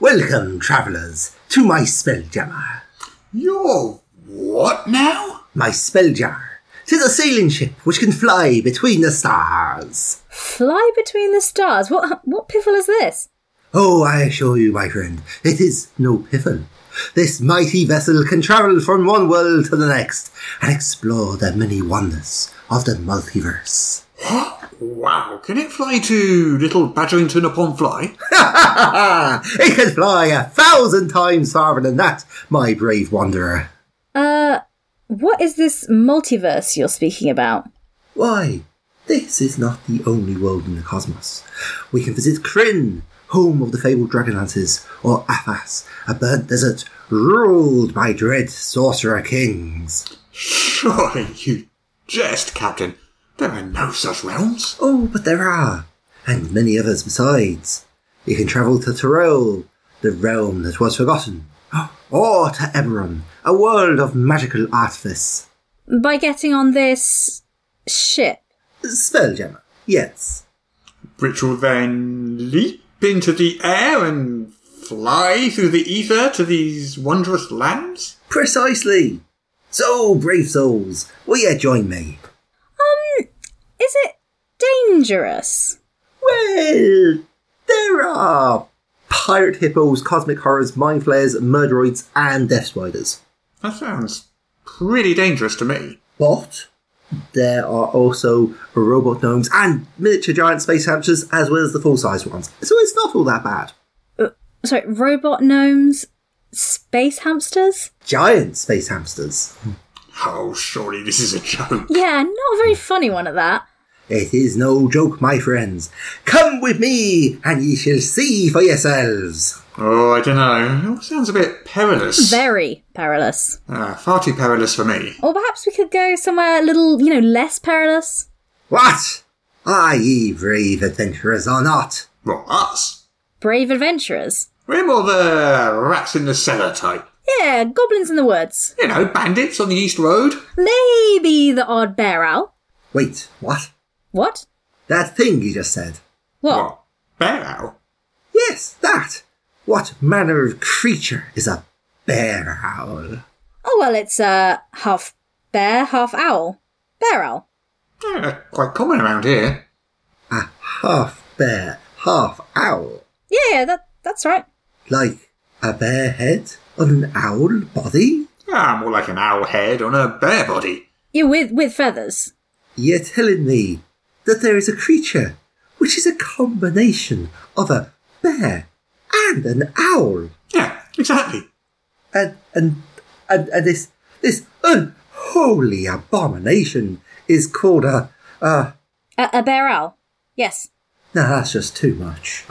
Welcome, travellers, to my spell jammer. You're what now? My spell jar. Tis a sailing ship which can fly between the stars. Fly between the stars. What what piffle is this? Oh, I assure you, my friend, it is no piffle. This mighty vessel can travel from one world to the next and explore the many wonders of the multiverse. Wow, can it fly to little Badgerington upon Fly? it can fly a thousand times farther than that, my brave wanderer. Uh, what is this multiverse you're speaking about? Why, this is not the only world in the cosmos. We can visit Kryn, home of the fabled Dragonlances, or Athas, a burnt desert ruled by dread sorcerer kings. Surely you jest, Captain. There are no such realms. Oh, but there are, and many others besides. You can travel to Tyrell, the realm that was forgotten, or to Eberron, a world of magical artifice. By getting on this ship. Spelljammer, yes. Which will then leap into the air and fly through the ether to these wondrous lands? Precisely. So, brave souls, will you join me? Is it dangerous? Well, there are pirate hippos, cosmic horrors, mind flares, murderoids, and death spiders. That sounds pretty dangerous to me. But there are also robot gnomes and miniature giant space hamsters, as well as the full size ones. So it's not all that bad. Sorry, robot gnomes, space hamsters. Giant space hamsters. Oh, surely this is a joke. Yeah, not a very funny one at that. It is no joke, my friends. Come with me, and ye shall see for yourselves. Oh, I don't know. sounds a bit perilous. Very perilous. Ah, far too perilous for me. Or perhaps we could go somewhere a little, you know, less perilous. What? Are ye brave adventurers or not? Well, us. Brave adventurers. We're more the rats in the cellar type. Yeah, goblins in the woods. You know, bandits on the East Road. Maybe the odd bear owl. Wait, what? What? That thing you just said. What? What? Bear owl? Yes, that. What manner of creature is a bear owl? Oh well, it's uh, half bear, half owl. Bear owl. Yeah, quite common around here. A half bear, half owl. Yeah, yeah, that that's right. Like a bear head on an owl body? Ah, more like an owl head on a bear body. Yeah, with with feathers. You're telling me that there is a creature which is a combination of a bear and an owl. Yeah, exactly. and and and, and this this unholy abomination is called a uh A, a bear owl. Yes. no that's just too much